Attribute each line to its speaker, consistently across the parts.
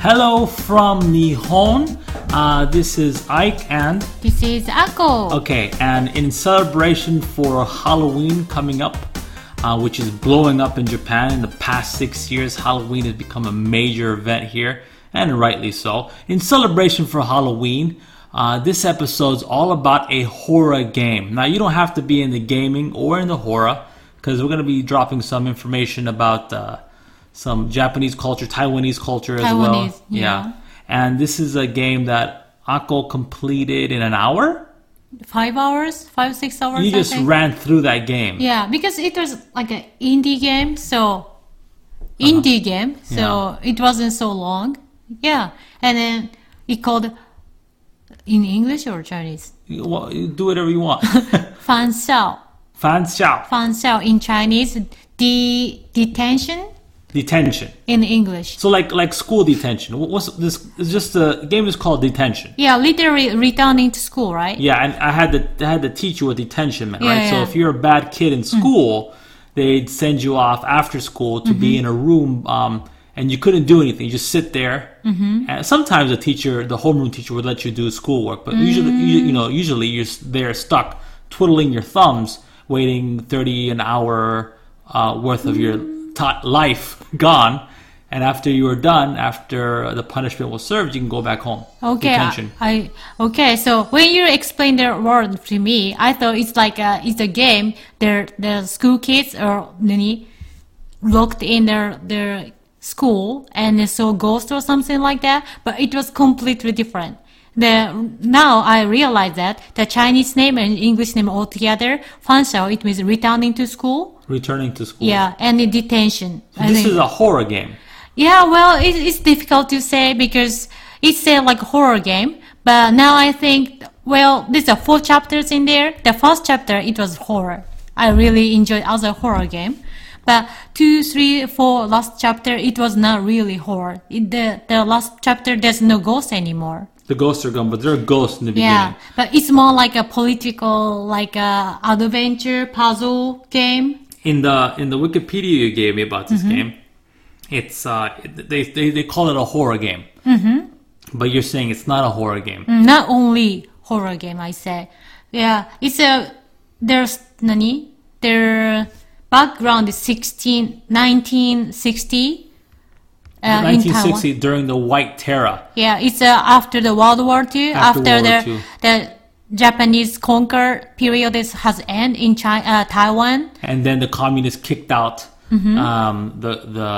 Speaker 1: Hello from Nihon. Uh, this is Ike and
Speaker 2: This is Ako.
Speaker 1: okay, and in celebration for Halloween coming up, uh, which is blowing up in Japan in the past six years, Halloween has become a major event here, and rightly so. In celebration for Halloween, uh, this episode's all about a horror game. Now, you don't have to be in the gaming or in the horror, because we're going to be dropping some information about uh, some Japanese culture, Taiwanese culture as well.
Speaker 2: Taiwanese, yeah.
Speaker 1: And this is a game that Ako completed in an hour.
Speaker 2: Five hours, five six hours.
Speaker 1: You
Speaker 2: I
Speaker 1: just
Speaker 2: think.
Speaker 1: ran through that game.
Speaker 2: Yeah, because it was like an indie game, so
Speaker 1: Uh-huh.
Speaker 2: indie game, so it wasn't so long. Yeah, and then it called in English or Chinese
Speaker 1: You, wa- you do whatever you want.
Speaker 2: fan cell.
Speaker 1: Fan xiao.
Speaker 2: Fan cell in Chinese, de- detention
Speaker 1: Detention.
Speaker 2: in English.
Speaker 1: So like like school detention. Wh- What's this? It's just the game is called detention.
Speaker 2: Yeah, literally returning to school, right?
Speaker 1: Yeah, and I had to I had to teach you what detention meant,
Speaker 2: Yeah,
Speaker 1: right? So
Speaker 2: yeah. Mm.
Speaker 1: if you're a bad kid in school, they'd send you off after school to
Speaker 2: Mm-hmm.
Speaker 1: be in a room, um, and you couldn't do anything. You just sit there. Mm-hmm. And sometimes the teacher, the homeroom teacher, would let you do schoolwork, but usually,
Speaker 2: Mm.
Speaker 1: you, you know, usually you're s- there stuck twiddling your thumbs, waiting thirty an hour uh, worth of your
Speaker 2: Mm.
Speaker 1: ti- life gone. And after you were done, after the punishment was served, you can go back home.
Speaker 2: Okay,
Speaker 1: Detention.
Speaker 2: I, I okay. So when you explained the word to me, I thought it's like a, it's a game. Their the school kids or many locked in their their school and they saw ghosts or something like that. But it was completely different. The now I realize that the Chinese name
Speaker 1: Mm-hmm.
Speaker 2: and English name altogether, fanshao, it means returning to school.
Speaker 1: Returning to school.
Speaker 2: Yeah, and the detention. I
Speaker 1: This
Speaker 2: think.
Speaker 1: is a horror game.
Speaker 2: Yeah, well, it, it's difficult to say because it's a like horror game. But now I think, well, there's a four chapters in there. The first chapter it was horror. I really enjoyed other horror game, but two, three, four last chapter it was not really horror. It, the the last chapter there's no ghost anymore.
Speaker 1: The ghosts are gone, but there are ghosts in the beginning.
Speaker 2: Yeah, but it's more like a political, like a adventure puzzle game.
Speaker 1: In the in the Wikipedia you gave me about this
Speaker 2: Mm-hmm.
Speaker 1: game, it's uh they, they they call it a horror game. Mm-hmm. But you're saying it's not a horror
Speaker 2: Mm,
Speaker 1: game.
Speaker 2: not only horror game i say yeah it's a there's nani their background is 16 1960 uh, in Taiwan.
Speaker 1: 1960 during the White Terror.
Speaker 2: yeah it's uh, after the world war ii
Speaker 1: After
Speaker 2: after,
Speaker 1: World War
Speaker 2: the
Speaker 1: II.
Speaker 2: the japanese conquer period is, has end in china uh, taiwan
Speaker 1: and then the communists kicked out
Speaker 2: Mm-hmm.
Speaker 1: um, the the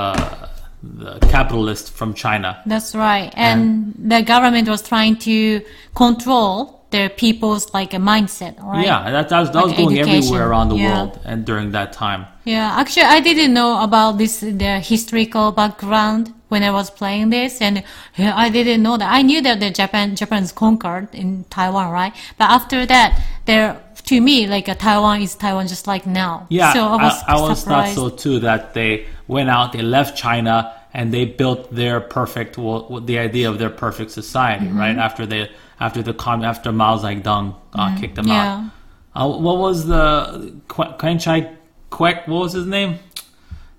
Speaker 1: the capitalist from China.
Speaker 2: That's right. And the government was trying to control their people's like a mindset, right?
Speaker 1: Yeah, that that was, that was
Speaker 2: Like
Speaker 1: going
Speaker 2: education.
Speaker 1: everywhere around the
Speaker 2: Yeah.
Speaker 1: world and during that time.
Speaker 2: Yeah, actually, I didn't know about this the historical background when I was playing this, and yeah, I didn't know that. I knew that the Japan Japan's conquered in Taiwan, right? But after that, there to me like a Taiwan is Taiwan just like now.
Speaker 1: Yeah,
Speaker 2: so I was
Speaker 1: I, was thought
Speaker 2: surprised.
Speaker 1: so too. That they went out, they left China, and they built their perfect, well, well, the idea of their perfect society,
Speaker 2: Mm-hmm.
Speaker 1: right? After they, after the com, after Mao Zedong uh, kicked them
Speaker 2: Mm-hmm. Yeah.
Speaker 1: out. Uh, what was the Qu- Quan Chai Quek? What was his name?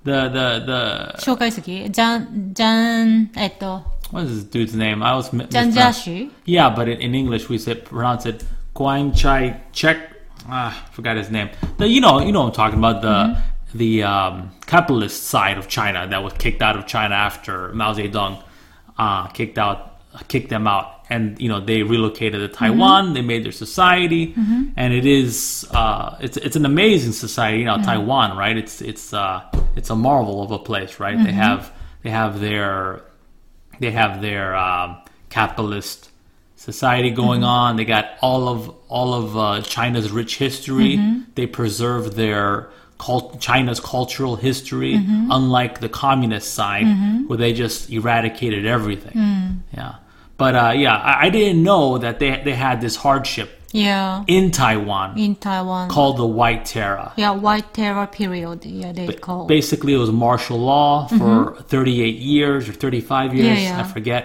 Speaker 1: The the the
Speaker 2: 紹介するジャンジャンえっと
Speaker 1: what is this dude's name? I was mi-
Speaker 2: ジャンジャー
Speaker 1: mispronounced-
Speaker 2: シュ
Speaker 1: Yeah, but in, in English we said pronounce it Quan Chai Chek. Ah, forgot his name. The, you know, you know, what I'm talking about the the um, capitalist side of China that was kicked out of China after Mao Zedong uh, kicked out kicked them out, and you know they relocated to Taiwan. They made their society, and it is uh, it's it's an amazing society. You know, Taiwan, right? It's it's uh, it's a marvel of a place, right? They have they have their they have their um, capitalist society going on. They got all of all of uh, China's rich history. They preserve their cult- China's cultural history, unlike the communist side, where they just eradicated everything. Yeah, but uh, yeah, I-, I didn't know that they they had this hardship
Speaker 2: yeah
Speaker 1: in Taiwan
Speaker 2: in Taiwan
Speaker 1: called the White Terror.
Speaker 2: yeah white terror period yeah they call
Speaker 1: Basically, it was martial law for 38 years or 35 years,
Speaker 2: Mm-hmm. yeah.
Speaker 1: I forget.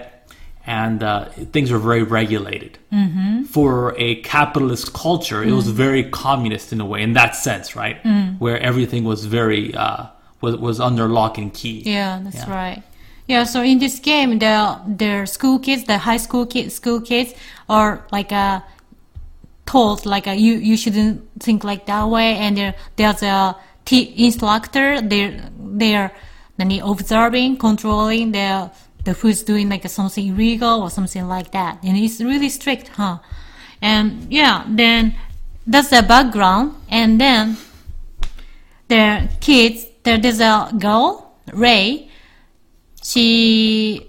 Speaker 1: And uh, things were very regulated. Mm-hmm. For a capitalist culture, it was
Speaker 2: Mm.
Speaker 1: very communist in a way, in that sense, right? Where everything was very, uh, was, was under lock and key.
Speaker 2: Yeah, that's right. Yeah, so in this game, the the school kids, the high school kids, school kids are like uh, told like uh, you you shouldn't think like that way, and there there's a t- instructor. They they're they observing, controlling the the who's doing like something illegal or something like that, and it's really strict, huh? And yeah, then that's the background, and then the kids. There, there's a girl, Ray she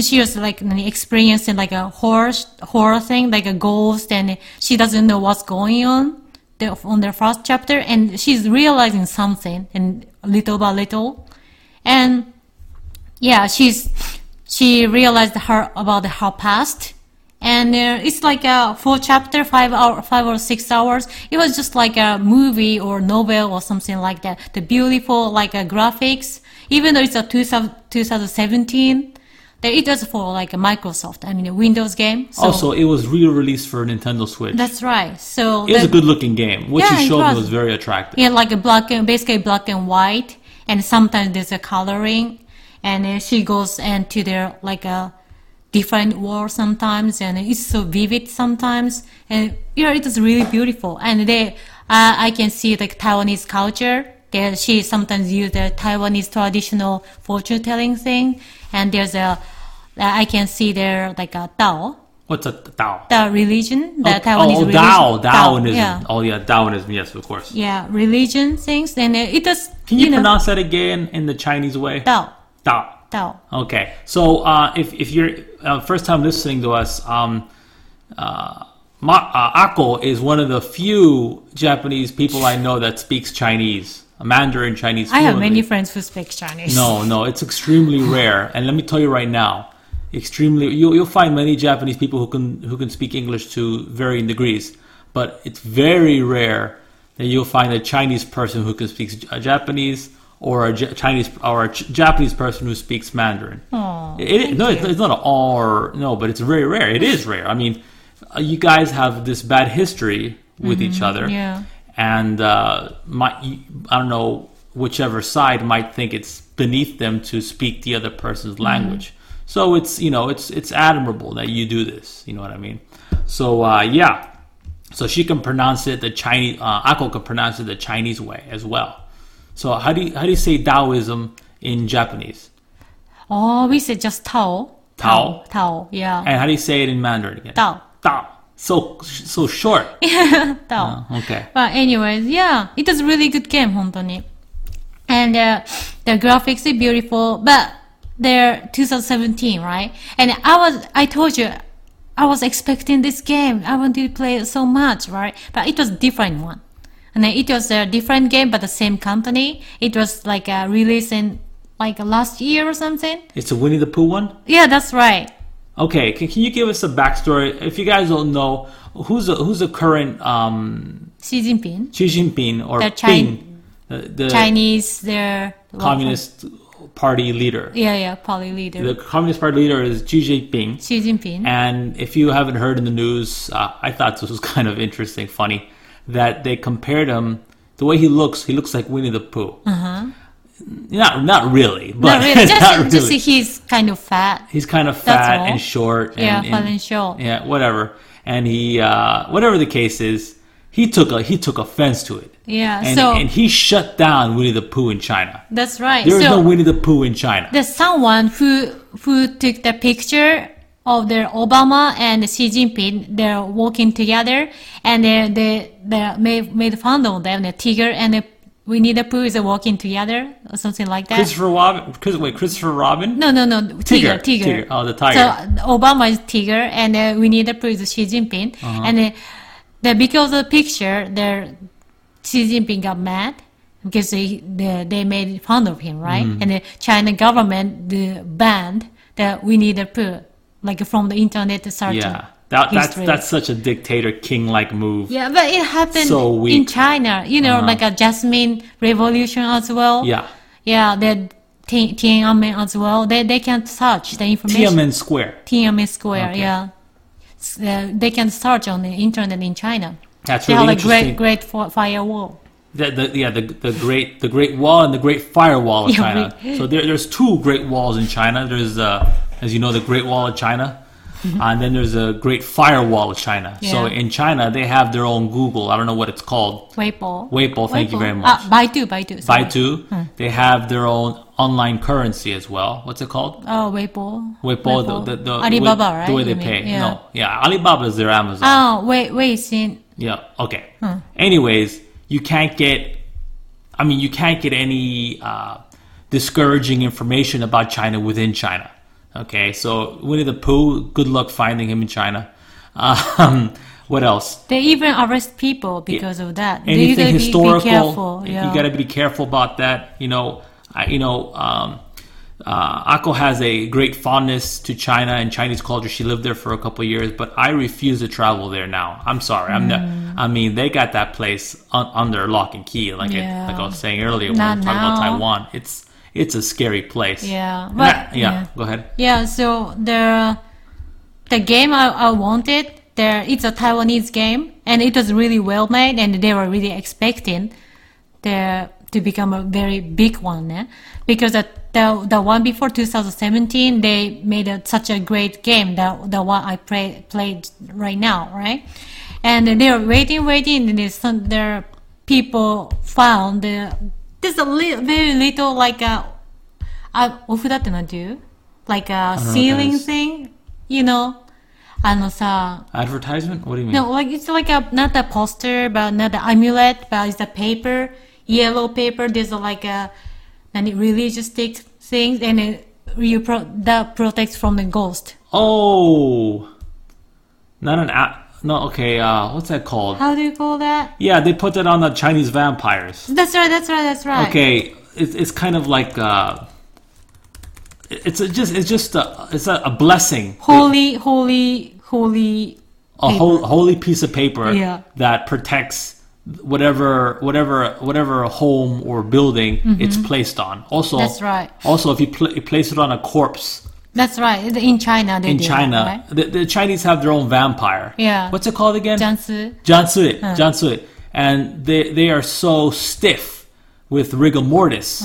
Speaker 2: she was like experiencing like a horror horror thing, like a ghost, and she doesn't know what's going on the, on the first chapter, and she's realizing something, and little by little, and yeah, she's she realized her about her past, and uh, it's like a four chapter, five hour, five or six hours. It was just like a movie or novel or something like that. The beautiful like uh, graphics even though it's a 2000, 2017 that it was for like a microsoft i mean a windows game so
Speaker 1: also, it was re-released for Nintendo Switch.
Speaker 2: that's right so
Speaker 1: it was a
Speaker 2: that-
Speaker 1: good-looking game. What
Speaker 2: Yeah,
Speaker 1: you
Speaker 2: it
Speaker 1: showed me
Speaker 2: was.
Speaker 1: was very attractive.
Speaker 2: yeah like a black and basically black and white and sometimes there's a coloring and then she goes and to their like a different world sometimes and it's so vivid sometimes and you know it is really beautiful and they uh, i can see like taiwanese culture there she sometimes use the taiwanese traditional fortune telling thing and there's a i can see there like a dao
Speaker 1: What's a Tao?
Speaker 2: the religion the taiwanese
Speaker 1: Oh,
Speaker 2: religion
Speaker 1: Tao, Taoism.
Speaker 2: yeah
Speaker 1: Oh, yeah, Taoism. Yes, of course.
Speaker 2: yeah religion things and it does
Speaker 1: Can you,
Speaker 2: know,
Speaker 1: pronounce that again in the Chinese way?
Speaker 2: Dao,
Speaker 1: Tao.
Speaker 2: Dao.
Speaker 1: Okay. So uh, if if you're uh, first time listening to us, um, uh, Ma- uh, Ako is one of the few Japanese people I know that speaks Chinese, Mandarin Chinese.
Speaker 2: I have
Speaker 1: fluently.
Speaker 2: many friends who speak Chinese.
Speaker 1: No, no, it's extremely rare. And let me tell you right now, extremely you you'll find many Japanese people who can who can speak English to varying degrees, but it's very rare that you'll find a Chinese person who can speak J- Japanese or a J- Chinese or a Ch- Japanese person who speaks Mandarin.
Speaker 2: Aw,
Speaker 1: It- it- no, it's, it's not an or no, but it's very rare. It is rare. I mean, uh, you guys have this bad history with each other
Speaker 2: yeah.
Speaker 1: and uh, my, I don't know whichever side might think it's beneath them to speak the other person's
Speaker 2: Mm-hmm.
Speaker 1: language. So it's you know it's it's admirable that you do this. You know what I mean? So uh, yeah, so she can pronounce it the Chinese. Uh, Ako can pronounce it the Chinese way as well. So how do you how do you say Taoism in Japanese?
Speaker 2: Oh, we say just Tao.
Speaker 1: Tao.
Speaker 2: Tao, yeah.
Speaker 1: And how do you say it in Mandarin again?
Speaker 2: Tao.
Speaker 1: Tao. So so short.
Speaker 2: Tao.
Speaker 1: Okay.
Speaker 2: But anyways, yeah, it is really good game, 本当に。And uh, the graphics is beautiful, but they're 2017, right? And I was, I told you, I was expecting this game. I wanted to play it so much, right? But it was different one. And then it was a different game, but the same company. It was like a release in like last year or something.
Speaker 1: It's a Winnie the Pooh one.
Speaker 2: Yeah, that's right.
Speaker 1: Okay, can, can you give us a backstory? If you guys don't know, who's a, who's the current um,
Speaker 2: Xi Jinping,
Speaker 1: Xi Jinping or
Speaker 2: The Chi-
Speaker 1: Ping, the, the
Speaker 2: Chinese, their
Speaker 1: Communist Party leader?
Speaker 2: Yeah, yeah, party leader.
Speaker 1: The Communist Party leader is Xi Jinping.
Speaker 2: Xi Jinping.
Speaker 1: And if you haven't heard in the news, uh, I thought this was kind of interesting, funny, that they compared him. The way he looks, he looks like Winnie the Pooh. Uh-huh. Not not really, but
Speaker 2: not really. Just,
Speaker 1: not really.
Speaker 2: just he's kind of fat.
Speaker 1: He's kind of
Speaker 2: That's
Speaker 1: fat
Speaker 2: all.
Speaker 1: and short. And,
Speaker 2: Yeah, fat and short.
Speaker 1: Yeah, whatever. And he, uh, whatever the case is, he took a he took offense to it.
Speaker 2: Yeah,
Speaker 1: And,
Speaker 2: so-
Speaker 1: and he shut down Winnie the Pooh in China.
Speaker 2: That's right.
Speaker 1: There is
Speaker 2: so
Speaker 1: no Winnie the Pooh in China.
Speaker 2: there's someone who who took the picture of their Obama and Xi Jinping. They're walking together, and they they, they made made fun of them. The tiger and the Winnie the Pooh is walking together or something like that.
Speaker 1: Christopher Robin. Chris, wait, Christopher Robin.
Speaker 2: No, no, no. Tiger, tiger.
Speaker 1: tiger. Oh, the tiger.
Speaker 2: So Obama is tiger, and uh, we need to prove Xi Jinping.
Speaker 1: Uh-huh.
Speaker 2: And uh, the because of the picture, there Xi Jinping got mad because they they, they made fun of him, right?
Speaker 1: Mm-hmm.
Speaker 2: And the China government the banned the we need to prove like from the internet search.
Speaker 1: Yeah, that, that's
Speaker 2: history.
Speaker 1: that's such a dictator king like move.
Speaker 2: Yeah, but it happened
Speaker 1: So
Speaker 2: in
Speaker 1: weak. Uh-huh.
Speaker 2: China, you know, like a Jasmine Revolution as well.
Speaker 1: Yeah.
Speaker 2: Yeah, the Ti- Tiananmen as well. They they can search the information.
Speaker 1: Tiananmen Square.
Speaker 2: Tiananmen Square.
Speaker 1: Okay.
Speaker 2: Yeah, S- uh, they can search on the internet in China.
Speaker 1: That's
Speaker 2: they
Speaker 1: really
Speaker 2: have a
Speaker 1: interesting.
Speaker 2: great great fi- firewall.
Speaker 1: the, the, yeah, the, the great the Great Wall and the Great Firewall of
Speaker 2: Yeah,
Speaker 1: China. So there, there's two Great Walls in China. There's uh, as you know, the Great Wall of China, and then there's a Great Firewall of China. So
Speaker 2: Mm-hmm. Yeah.
Speaker 1: in China, they have their own Google. I don't know what it's called.
Speaker 2: Weibo.
Speaker 1: Weibo, thank you very much.
Speaker 2: Ah, Baidu, Baidu. sorry.
Speaker 1: Baidu. They have their own online currency as well. What's it called?
Speaker 2: Oh, Weibo.
Speaker 1: Weibo, the, the, the
Speaker 2: Alibaba,
Speaker 1: way-
Speaker 2: right?
Speaker 1: The way they
Speaker 2: you mean?
Speaker 1: pay.
Speaker 2: Yeah.
Speaker 1: No, yeah, Alibaba is their Amazon.
Speaker 2: Oh, wait, Weixin.
Speaker 1: Yeah. Okay. Anyways, you can't get. I mean, you can't get any uh, discouraging information about China within China. Okay, so Winnie the Pooh. Good luck finding him in China. Um, what else?
Speaker 2: They even arrest people because of that. They- you
Speaker 1: Anything
Speaker 2: gotta be-
Speaker 1: historical?
Speaker 2: Be, careful. Yeah.
Speaker 1: You got to be careful about that. You know. I, you know. Um, uh, Ako has a great fondness to China and Chinese culture. She lived there for a couple of years, but I refuse to travel there now. I'm sorry. I'm
Speaker 2: Mm.
Speaker 1: not, I mean, they got that place un- under lock and key, like
Speaker 2: Yeah.
Speaker 1: I, like I was saying earlier when
Speaker 2: Not
Speaker 1: we were talking about
Speaker 2: now.
Speaker 1: Taiwan. It's it's a scary place.
Speaker 2: Yeah,
Speaker 1: And
Speaker 2: but-
Speaker 1: I-
Speaker 2: yeah.
Speaker 1: yeah. Go ahead.
Speaker 2: Yeah, so the the game I, I wanted there it's a Taiwanese game and it was really well made and they were really expecting the to become a very big one eh? because the, the the one before 2017 they made a, such a great game the the one I play, played right now right and they're waiting waiting and there's some there people found uh, there's a little very little like a I, お札ってなんていう like a
Speaker 1: don't know what that
Speaker 2: ceiling
Speaker 1: is.
Speaker 2: thing? You know? あのさ、
Speaker 1: Advertisement? What do you mean?
Speaker 2: no, like it's like a not a poster, but not an amulet, but it's a paper, yellow paper. There's a, like a and religious text things, and it, you pro, that protects from the ghost.
Speaker 1: Oh, not an ad. No. Okay. Uh, what's that called?
Speaker 2: How do you call that?
Speaker 1: Yeah, they put that on the Chinese vampires.
Speaker 2: That's right. That's right. That's right.
Speaker 1: okay it's, it's kind of like uh it- it's a, just it's just a it's a, a blessing
Speaker 2: Holy, holy, holy.
Speaker 1: a whole, holy piece of paper
Speaker 2: Yeah.
Speaker 1: that protects whatever whatever whatever home or building it's placed on also
Speaker 2: Mm-hmm. That's right.
Speaker 1: also if you, pl- you place it on a corpse
Speaker 2: That's right. In China, they
Speaker 1: in
Speaker 2: do that,
Speaker 1: china
Speaker 2: right?
Speaker 1: the, the chinese have their own vampire
Speaker 2: Yeah.
Speaker 1: what's it called again
Speaker 2: Jiangsu.
Speaker 1: Jiansui, Jiansui, and they they are so stiff with rigor mortis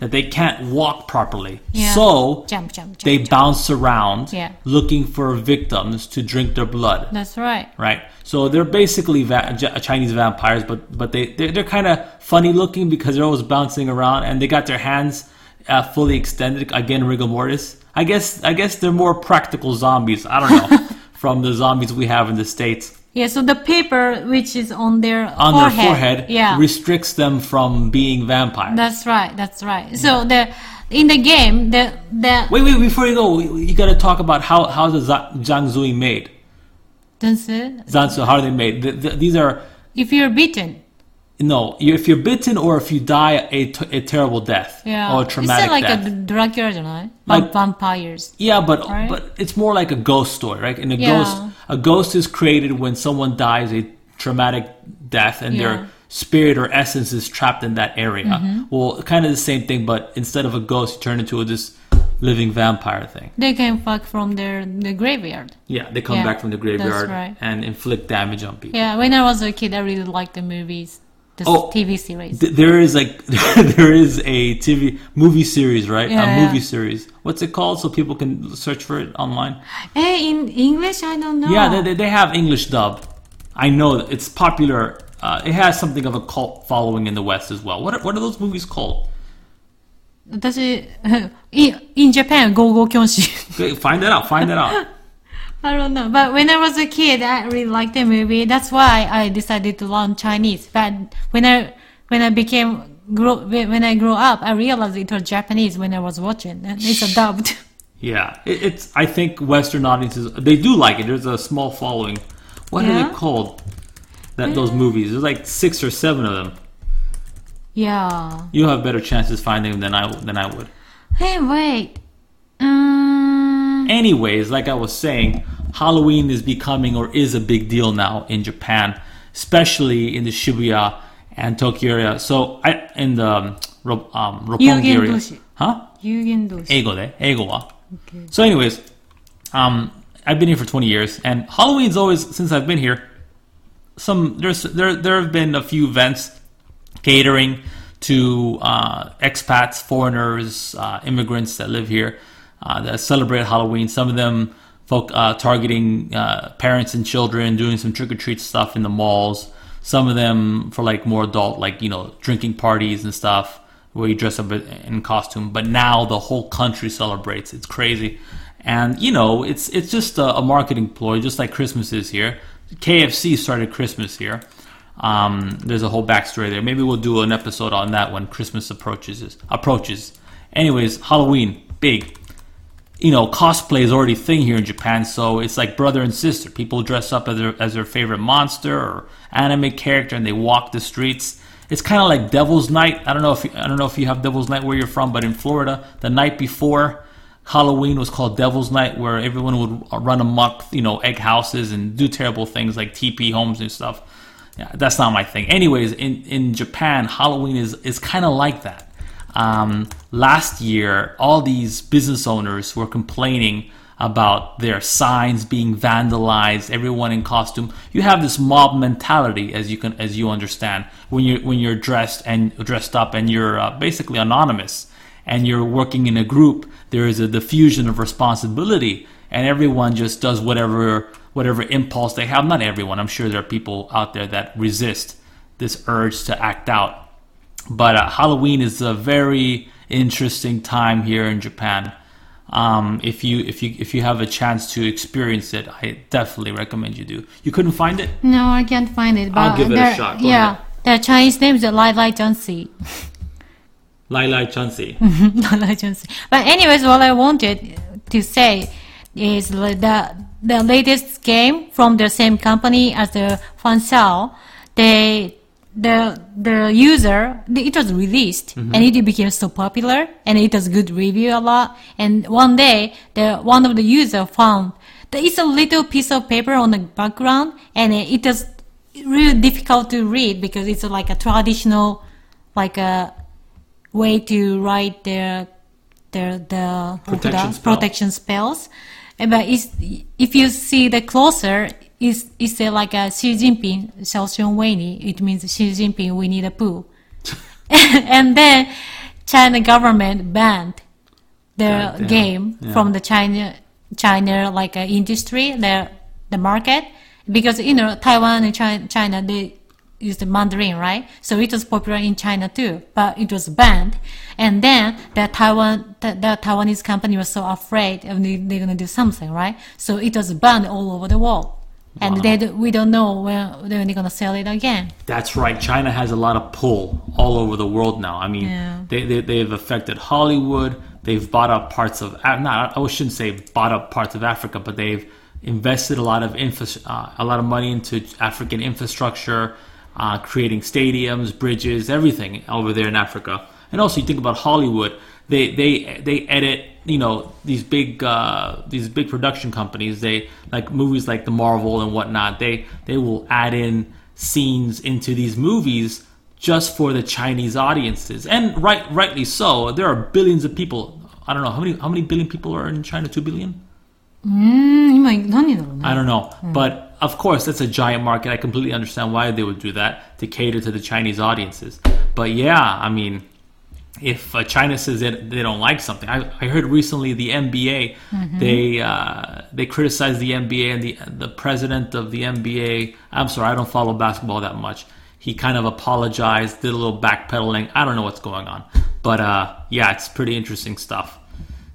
Speaker 1: that they can't walk properly.
Speaker 2: Mm-hmm. Yeah.
Speaker 1: So
Speaker 2: Jump, jump, jump.
Speaker 1: they bounce around
Speaker 2: Yeah.
Speaker 1: looking for victims to drink their blood.
Speaker 2: That's right.
Speaker 1: Right, so they're basically va- J- uh, Chinese vampires, but but they they're, they're kind of funny looking because they're always bouncing around and they got their hands uh, fully extended again rigor mortis. I guess I guess they're more practical zombies. I don't know from the zombies we have in the states
Speaker 2: Yeah, so the paper which is on their
Speaker 1: on
Speaker 2: forehead,
Speaker 1: their forehead
Speaker 2: yeah,
Speaker 1: restricts them from being vampires.
Speaker 2: that's right, that's right. So the in the game, the the
Speaker 1: wait, wait, before you go, we- we- you got to talk about how how the Za- Zhang Zui made.
Speaker 2: Dunsu,
Speaker 1: Zhang Zui, how are they made? Th th these are
Speaker 2: if you're beaten,
Speaker 1: no, you, if you're bitten or if you die a, t- a terrible death
Speaker 2: yeah,
Speaker 1: or a Oh, traumatic
Speaker 2: it's like
Speaker 1: death.
Speaker 2: a Dracula, you know,
Speaker 1: Like-
Speaker 2: vampires.
Speaker 1: yeah, but
Speaker 2: Right?
Speaker 1: but it's more like a ghost story, right? And a
Speaker 2: Yeah.
Speaker 1: ghost a ghost is created when someone dies a traumatic death and
Speaker 2: Yeah. Mm-hmm.
Speaker 1: their spirit or essence is trapped in that area. Well, kind of the same thing, but instead of a ghost, you turn into a, this living vampire thing.
Speaker 2: They came back from their the graveyard.
Speaker 1: Yeah, they come
Speaker 2: Yeah,
Speaker 1: back from the
Speaker 2: that's
Speaker 1: graveyard
Speaker 2: right.
Speaker 1: and inflict damage on people.
Speaker 2: Yeah, when I was a kid, I really liked the movies, the s-
Speaker 1: Oh.
Speaker 2: TV series.
Speaker 1: Th- There is like there is a TV movie series, right?
Speaker 2: Yeah,
Speaker 1: a
Speaker 2: yeah.
Speaker 1: movie series. What's it called? So people can search for it online.
Speaker 2: hey, in English, I don't know.
Speaker 1: Yeah, they- they, they have English dub. I know that it's popular. Uh, it has something of a cult following in the West as well. What are, what are those movies called?
Speaker 2: 私 in in Japan, go go kyonshi.
Speaker 1: Okay, Find that out. Find that out.
Speaker 2: I don't know, but when I was a kid, I really liked the movie. That's why I decided to learn Chinese. But when I when I became grow when when I grew up, I realized it was Japanese when I was watching, and it's a dubbed.
Speaker 1: Yeah, it, it's. I think Western audiences they do like it. There's a small following. What are
Speaker 2: Yeah.
Speaker 1: they called? That those movies. There's like six or seven of them.
Speaker 2: Yeah.
Speaker 1: You have better chances finding them than I than I would.
Speaker 2: Hey, wait. Um.
Speaker 1: Anyways, like I was saying, Halloween is becoming or is a big deal now in Japan, especially in the Shibuya and Tokyo area. So I in the um, Ro- um, Roppongi area,
Speaker 2: Yugendoshi.
Speaker 1: huh?
Speaker 2: Yugendoshi.
Speaker 1: Ego de, ego wa. So, anyways, um, I've been here for 20 years, and Halloween's always since I've been here. Some there's there there have been a few events, catering to uh, expats, foreigners, uh, immigrants that live here uh, that celebrate Halloween. Some of them folk, uh, targeting uh, parents and children, doing some trick or treat stuff in the malls. Some of them for like more adult, like you know, drinking parties and stuff where you dress up in costume. But now the whole country celebrates. It's crazy, and you know, it's it's just a, a marketing ploy, just like Christmas is here. KFC started Christmas here. Um, there's a whole backstory there. Maybe we'll do an episode on that when Christmas approaches. Approaches. Anyways, Halloween big. You know, cosplay is already a thing here in Japan, so it's like brother and sister. People dress up as their, as their favorite monster or anime character, and they walk the streets. It's kind of like Devil's Night. I don't know if you, I don't know if you have Devil's Night where you're from, but in Florida, the night before Halloween was called Devil's Night, where everyone would run amok, you know, egg houses and do terrible things like TP homes and stuff. Yeah, that's not my thing. Anyways, in, in Japan, Halloween is, is kind of like that. Um, last year, all these business owners were complaining about their signs being vandalized, everyone in costume. You have this mob mentality, as you can as you understand, when you when you're dressed and dressed up and you're uh, basically anonymous and you're working in a group. There is a diffusion of responsibility, and everyone just does whatever whatever impulse they have. Not everyone. I'm sure there are people out there that resist this urge to act out. But uh, Halloween is a very interesting time here in Japan. Um, if you if you if you have a chance to experience it, I definitely recommend you do. You couldn't find it?
Speaker 2: No, I can't find it. But
Speaker 1: I'll give it a
Speaker 2: there-
Speaker 1: shot. Go
Speaker 2: Yeah,
Speaker 1: ahead.
Speaker 2: the Chinese name is Lai Lai Jiangxi.
Speaker 1: Lai Lai Chansi.
Speaker 2: Lai Lai Jiangxi. Mm-hmm. But anyways, what I wanted to say is li- the the latest game from the same company as the Fansao, they the the user it was released and it became so popular and it has good review a lot and one day the one of the user found that it's a little piece of paper on the background and it is really difficult to read because it's like a traditional like a way to write their their the
Speaker 1: Protection
Speaker 2: the
Speaker 1: spell.
Speaker 2: protection spells. Eh, But it's, if you see the closer, it's it's uh, like a Xi Jinping, Xiao Xiongwei It means Xi Jinping, we need a poo. and then China government banned the
Speaker 1: Goddamn.
Speaker 2: game
Speaker 1: Yeah.
Speaker 2: from the China China like uh, industry, the the market, because you know Taiwan and China, China they use the Mandarin, right? So it was popular in China too, but it was banned. And then the Taiwan the, the Taiwanese company was so afraid of they, they're gonna do something, right? So it was banned all over the world. And
Speaker 1: Wow.
Speaker 2: they, do- we don't know when they're gonna sell it again.
Speaker 1: That's right. China has a lot of pull all over the world now. I mean,
Speaker 2: Yeah.
Speaker 1: they, they they've affected Hollywood. They've bought up parts of Af- not I shouldn't say bought up parts of Africa, but they've invested a lot of infra, uh, a lot of money into African infrastructure, uh, creating stadiums, bridges, everything over there in Africa. And also, you think about Hollywood. They they they edit you know these big uh, these big production companies. They like movies like the Marvel and whatnot. They they will add in scenes into these movies just for the Chinese audiences, and right, rightly so. There are billions of people. I don't know how many how many billion people are in China. Two billion? I don't know. But of course, that's a giant market. I completely understand why they would do that to cater to the Chinese audiences. But yeah, I mean, if uh, China says that they don't like something, I, I heard recently the NBA
Speaker 2: Mm-hmm.
Speaker 1: they uh, they criticized the NBA and the the president of the NBA. I'm sorry, I don't follow basketball that much. He kind of apologized, did a little backpedaling. I don't know what's going on, but uh, yeah, it's pretty interesting stuff.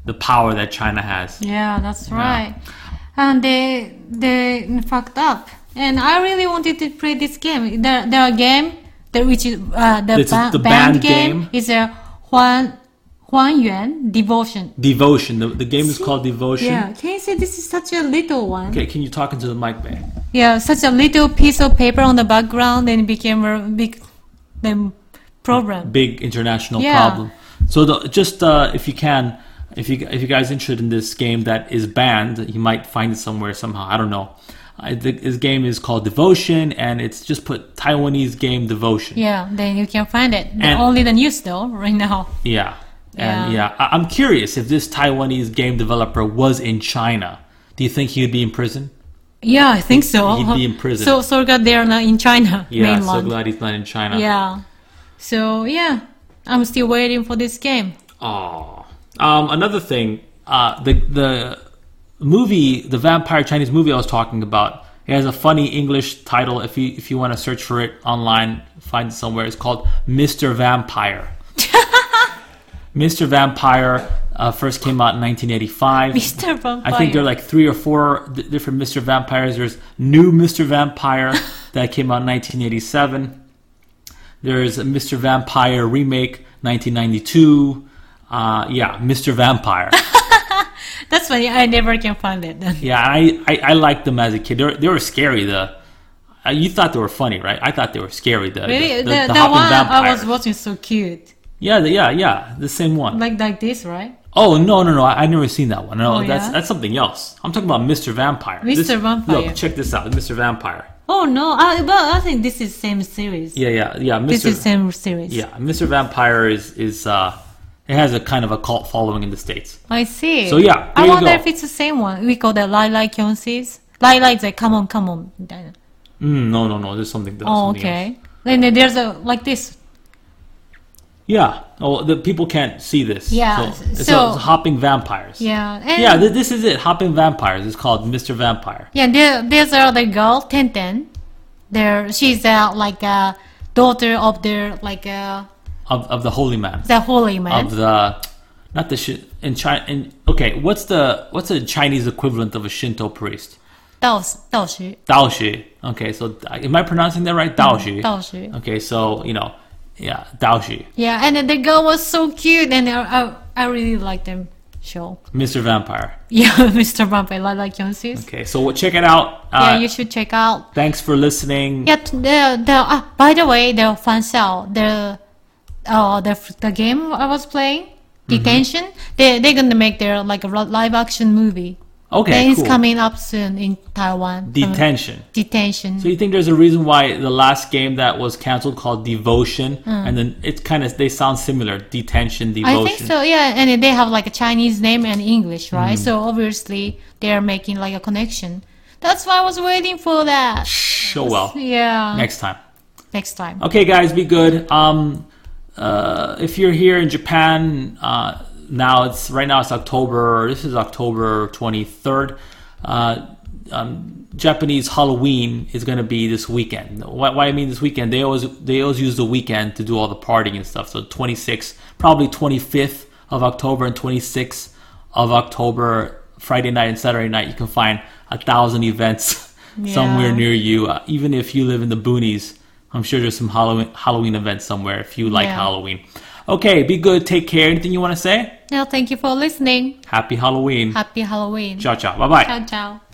Speaker 1: The power that China has.
Speaker 2: Yeah, that's right. And they they fucked up. And I really wanted to play this game. There there are game the which is uh, the,
Speaker 1: This is
Speaker 2: ba-
Speaker 1: the
Speaker 2: band,
Speaker 1: band
Speaker 2: game,
Speaker 1: game.
Speaker 2: is a Huan Huan Yuan Devotion.
Speaker 1: Devotion. The, the game is called Devotion.
Speaker 2: Yeah, can you say this is such a little one?
Speaker 1: Okay, can you talk into the mic, babe?
Speaker 2: Yeah, such a little piece of paper on the background and it became a big um, problem.
Speaker 1: Big international
Speaker 2: Yeah.
Speaker 1: problem. So the, just uh, if you can, if you if you guys are interested in this game that is banned, you might find it somewhere somehow. I don't know. I think this game is called Devotion, and it's just put Taiwanese game Devotion.
Speaker 2: Yeah, then you can find it. The-
Speaker 1: And-
Speaker 2: only the news though right now.
Speaker 1: Yeah. And
Speaker 2: Yeah.
Speaker 1: yeah, I- I'm curious if this Taiwanese game developer was in China. Do you think he would be in prison?
Speaker 2: Yeah, I think so.
Speaker 1: He'd be in prison.
Speaker 2: So so glad they are not in China
Speaker 1: Yeah,
Speaker 2: mainland.
Speaker 1: so glad he's not in China.
Speaker 2: Yeah. So yeah, I'm still waiting for this game.
Speaker 1: Oh. Um, another thing, uh, the the movie, the vampire Chinese movie I was talking about, it has a funny English title. If you if you want to search for it online, find it somewhere. It's called Mr. Vampire. Mr. Vampire uh, first came out in 1985.
Speaker 2: Mr. Vampire.
Speaker 1: I think there are like three or four d- different Mr. Vampires. There's New Mr. Vampire that came out in 1987. There's a Mr. Vampire remake 1992. Uh, yeah, Mr. Vampire.
Speaker 2: That's funny. I never can find it. Then.
Speaker 1: yeah, I, I, I liked them as a kid. They were, they were scary. The uh, you thought they were funny, right? I thought they were scary. The
Speaker 2: Really,
Speaker 1: the, the,
Speaker 2: that,
Speaker 1: the
Speaker 2: that
Speaker 1: hopping
Speaker 2: one I
Speaker 1: vampires.
Speaker 2: was watching is so cute.
Speaker 1: yeah, the, yeah, yeah. The same one.
Speaker 2: Like like this, right?
Speaker 1: Oh no no no! I, I never seen that one. No,
Speaker 2: Oh,
Speaker 1: that's
Speaker 2: yeah?
Speaker 1: that's something else. I'm talking about Mr. Vampire.
Speaker 2: Mr.
Speaker 1: This-
Speaker 2: Vampire.
Speaker 1: Look, check this out, Mr. Vampire.
Speaker 2: Oh no, I, but I think this is same series.
Speaker 1: Yeah yeah yeah. Mr.
Speaker 2: This is same series.
Speaker 1: yeah, Mr. Vampire is is uh, it has a kind of a cult following in the states.
Speaker 2: I see.
Speaker 1: So, yeah, there
Speaker 2: I
Speaker 1: you
Speaker 2: wonder
Speaker 1: go.
Speaker 2: if it's the same one. We call that Lai Lai Kyonsis. Lai Lai is like come on, come on. みたいな
Speaker 1: Mm, no no no, there's something. There's
Speaker 2: Oh,
Speaker 1: something else.
Speaker 2: okay. And then there's a like this.
Speaker 1: Yeah. Oh, the people can't see this.
Speaker 2: Yeah,
Speaker 1: So, it's
Speaker 2: so-
Speaker 1: a- it's hopping vampires.
Speaker 2: Yeah. And
Speaker 1: Yeah. Th- this is it. Hopping vampires. It's called Mr. Vampire.
Speaker 2: Yeah, there, there's another girl, Ten Ten. There, she's uh, like a daughter of the like uh,
Speaker 1: Of of the holy man.
Speaker 2: the holy man.
Speaker 1: Of the. Not the shi in China. In, okay, what's the what's the Chinese equivalent of a Shinto priest?
Speaker 2: Dao Daoshi.
Speaker 1: Daoshi. Okay, so uh, am I pronouncing that right?
Speaker 2: Mm-hmm.
Speaker 1: Daoshi.
Speaker 2: Daoshi.
Speaker 1: Okay, so you know, yeah, Daoshi,
Speaker 2: Yeah, and then the girl was so cute, and I I, I really like them show.
Speaker 1: Mr. Vampire.
Speaker 2: Yeah, Mr. Vampire, I like Yonsei.
Speaker 1: Okay, so we'll check it out. Uh,
Speaker 2: yeah, you should check out.
Speaker 1: thanks for listening.
Speaker 2: Yeah, t- the the ah, by the way, the fan cell, the uh the f- the game I was playing,
Speaker 1: Mm-hmm.
Speaker 2: Detention. They they're gonna make their like a ri- live action movie.
Speaker 1: Okay,
Speaker 2: it's
Speaker 1: cool.
Speaker 2: coming up soon in Taiwan. Uh,
Speaker 1: Detention.
Speaker 2: detention.
Speaker 1: So you think there's a reason why the last game that was canceled called Devotion, and then it's kind of they sound similar. Detention, Devotion.
Speaker 2: Hmm. I think so, yeah. And they have like a Chinese name and English, right?
Speaker 1: Mm.
Speaker 2: So obviously they are making like a connection. That's why I was waiting for that.
Speaker 1: Shh, Oh well.
Speaker 2: Yeah.
Speaker 1: Next time.
Speaker 2: Next time.
Speaker 1: Okay, guys, be good. Um, uh, if you're here in Japan, uh, now it's right now it's October. This is October 23rd. Uh, um, Japanese Halloween is going to be this weekend. Why, why I mean this weekend? They always they always use the weekend to do all the partying and stuff. So 26, probably 25th of October and 26th of October, Friday night and Saturday night, you can find a thousand events somewhere
Speaker 2: Yeah.
Speaker 1: near near you. Uh, even if you live in the boonies, I'm sure there's some Halloween Halloween event somewhere if you like
Speaker 2: Yeah.
Speaker 1: Halloween. Okay, be good. Take care. Anything you want to say?
Speaker 2: Now, thank you for listening.
Speaker 1: Happy Halloween.
Speaker 2: Happy Halloween.
Speaker 1: ciao, ciao. Bye bye.
Speaker 2: ciao. ciao.